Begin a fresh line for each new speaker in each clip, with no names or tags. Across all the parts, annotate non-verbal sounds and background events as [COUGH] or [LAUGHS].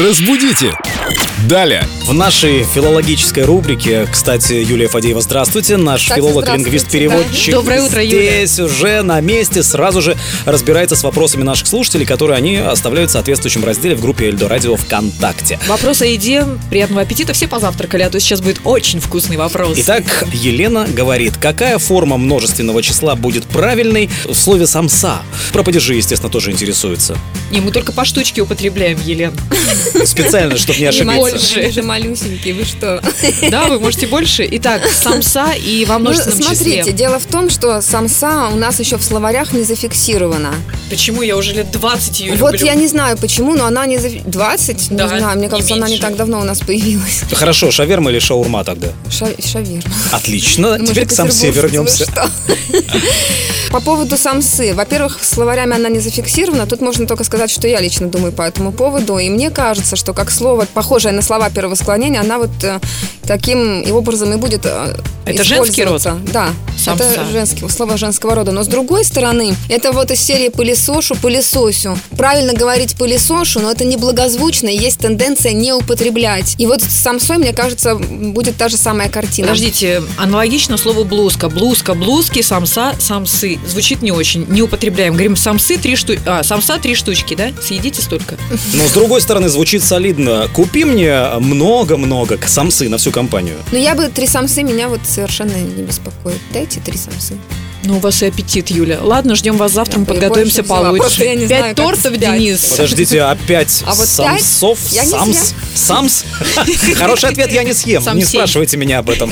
Разбудите! Далее!
В нашей филологической рубрике, кстати, Юлия Фадеева, здравствуйте, наш
Кстати,
филолог, лингвист, переводчик.
здравствуйте. Доброе утро, Юлия.
Здесь уже на месте сразу же разбирается с вопросами наших слушателей, которые они оставляют в соответствующем разделе в группе Эльдо Радио ВКонтакте.
Вопрос о еде. Приятного аппетита. Все позавтракали, а то сейчас будет очень вкусный вопрос.
Итак, Елена говорит, какая форма множественного числа будет правильной в слове «самса»? Про падежи, естественно, тоже интересуется.
Не, мы только по штучке употребляем, Елен.
Специально, чтобы
[LAUGHS]
не
И
ошибиться.
Больше. Они же малюсенькие, вы что?
Да, вы можете больше. Итак, самса и во
Ну,
множественном
смотрите,
числе.
дело в том, что самса у нас еще в словарях не зафиксирована.
Почему я уже лет 20 ее
вот
люблю?
я не знаю почему, но она не зафи- 20?
Да,
не знаю, мне
не
кажется, она не
меньше.
так давно у нас появилась.
Хорошо, шаверма или шаурма тогда?
Ша- шаверма.
Ну,
Отлично,
Мы же
теперь к самсе
петербуржцы,
вернемся.
вы что? По поводу самсы. Во-первых, словарями она не зафиксирована. Тут можно только сказать, что я лично думаю по этому поводу. И мне кажется, что как слово, похожее на слова первого склонения, она вот э, таким и образом и будет э,
Это женский род?
использоваться. Да.
Самса.
Это женский, слово женского рода. Но с другой стороны, это вот из серии пылесошу, пылесосю. Правильно говорить пылесошу, но это неблагозвучно, и есть тенденция не употреблять. И вот с самсой, мне кажется, будет та же самая картина.
Подождите, аналогично слову блузка. Блузка, блузки, самса, самсы. Звучит не очень. Не употребляем. Говорим самсы три штучки. А, самса три штучки, да? Съедите столько.
Но с другой стороны звучит солидно. Купи мне много-много к- самсы на всю компанию.
Но я бы три самсы меня вот совершенно не беспокоит. Дайте три самсы.
Ну, у вас и аппетит, Юля. Ладно, ждем вас завтра, мы
Я бы и
подготовимся
больше взяла,
получше.
просто я не
Пять
знаю, как
тортов,
взять.
Денис.
[LAUGHS]
Подождите, опять
А вот пять?
самсов?
Я не
самс? Самс? [LAUGHS] Хороший ответ, я не съем. Не
Самсей.
спрашивайте меня об этом.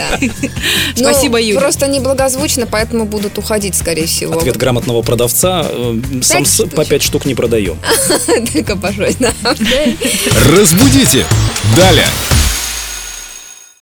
Но
Спасибо, Юля.
Ну, Просто неблагозвучно, поэтому будут уходить, скорее всего. [LAUGHS]
Ответ грамотного продавца. э, Самс
штучек.
по 5 штук не продаем.
Только пожалуйста.
Разбудите! Далее!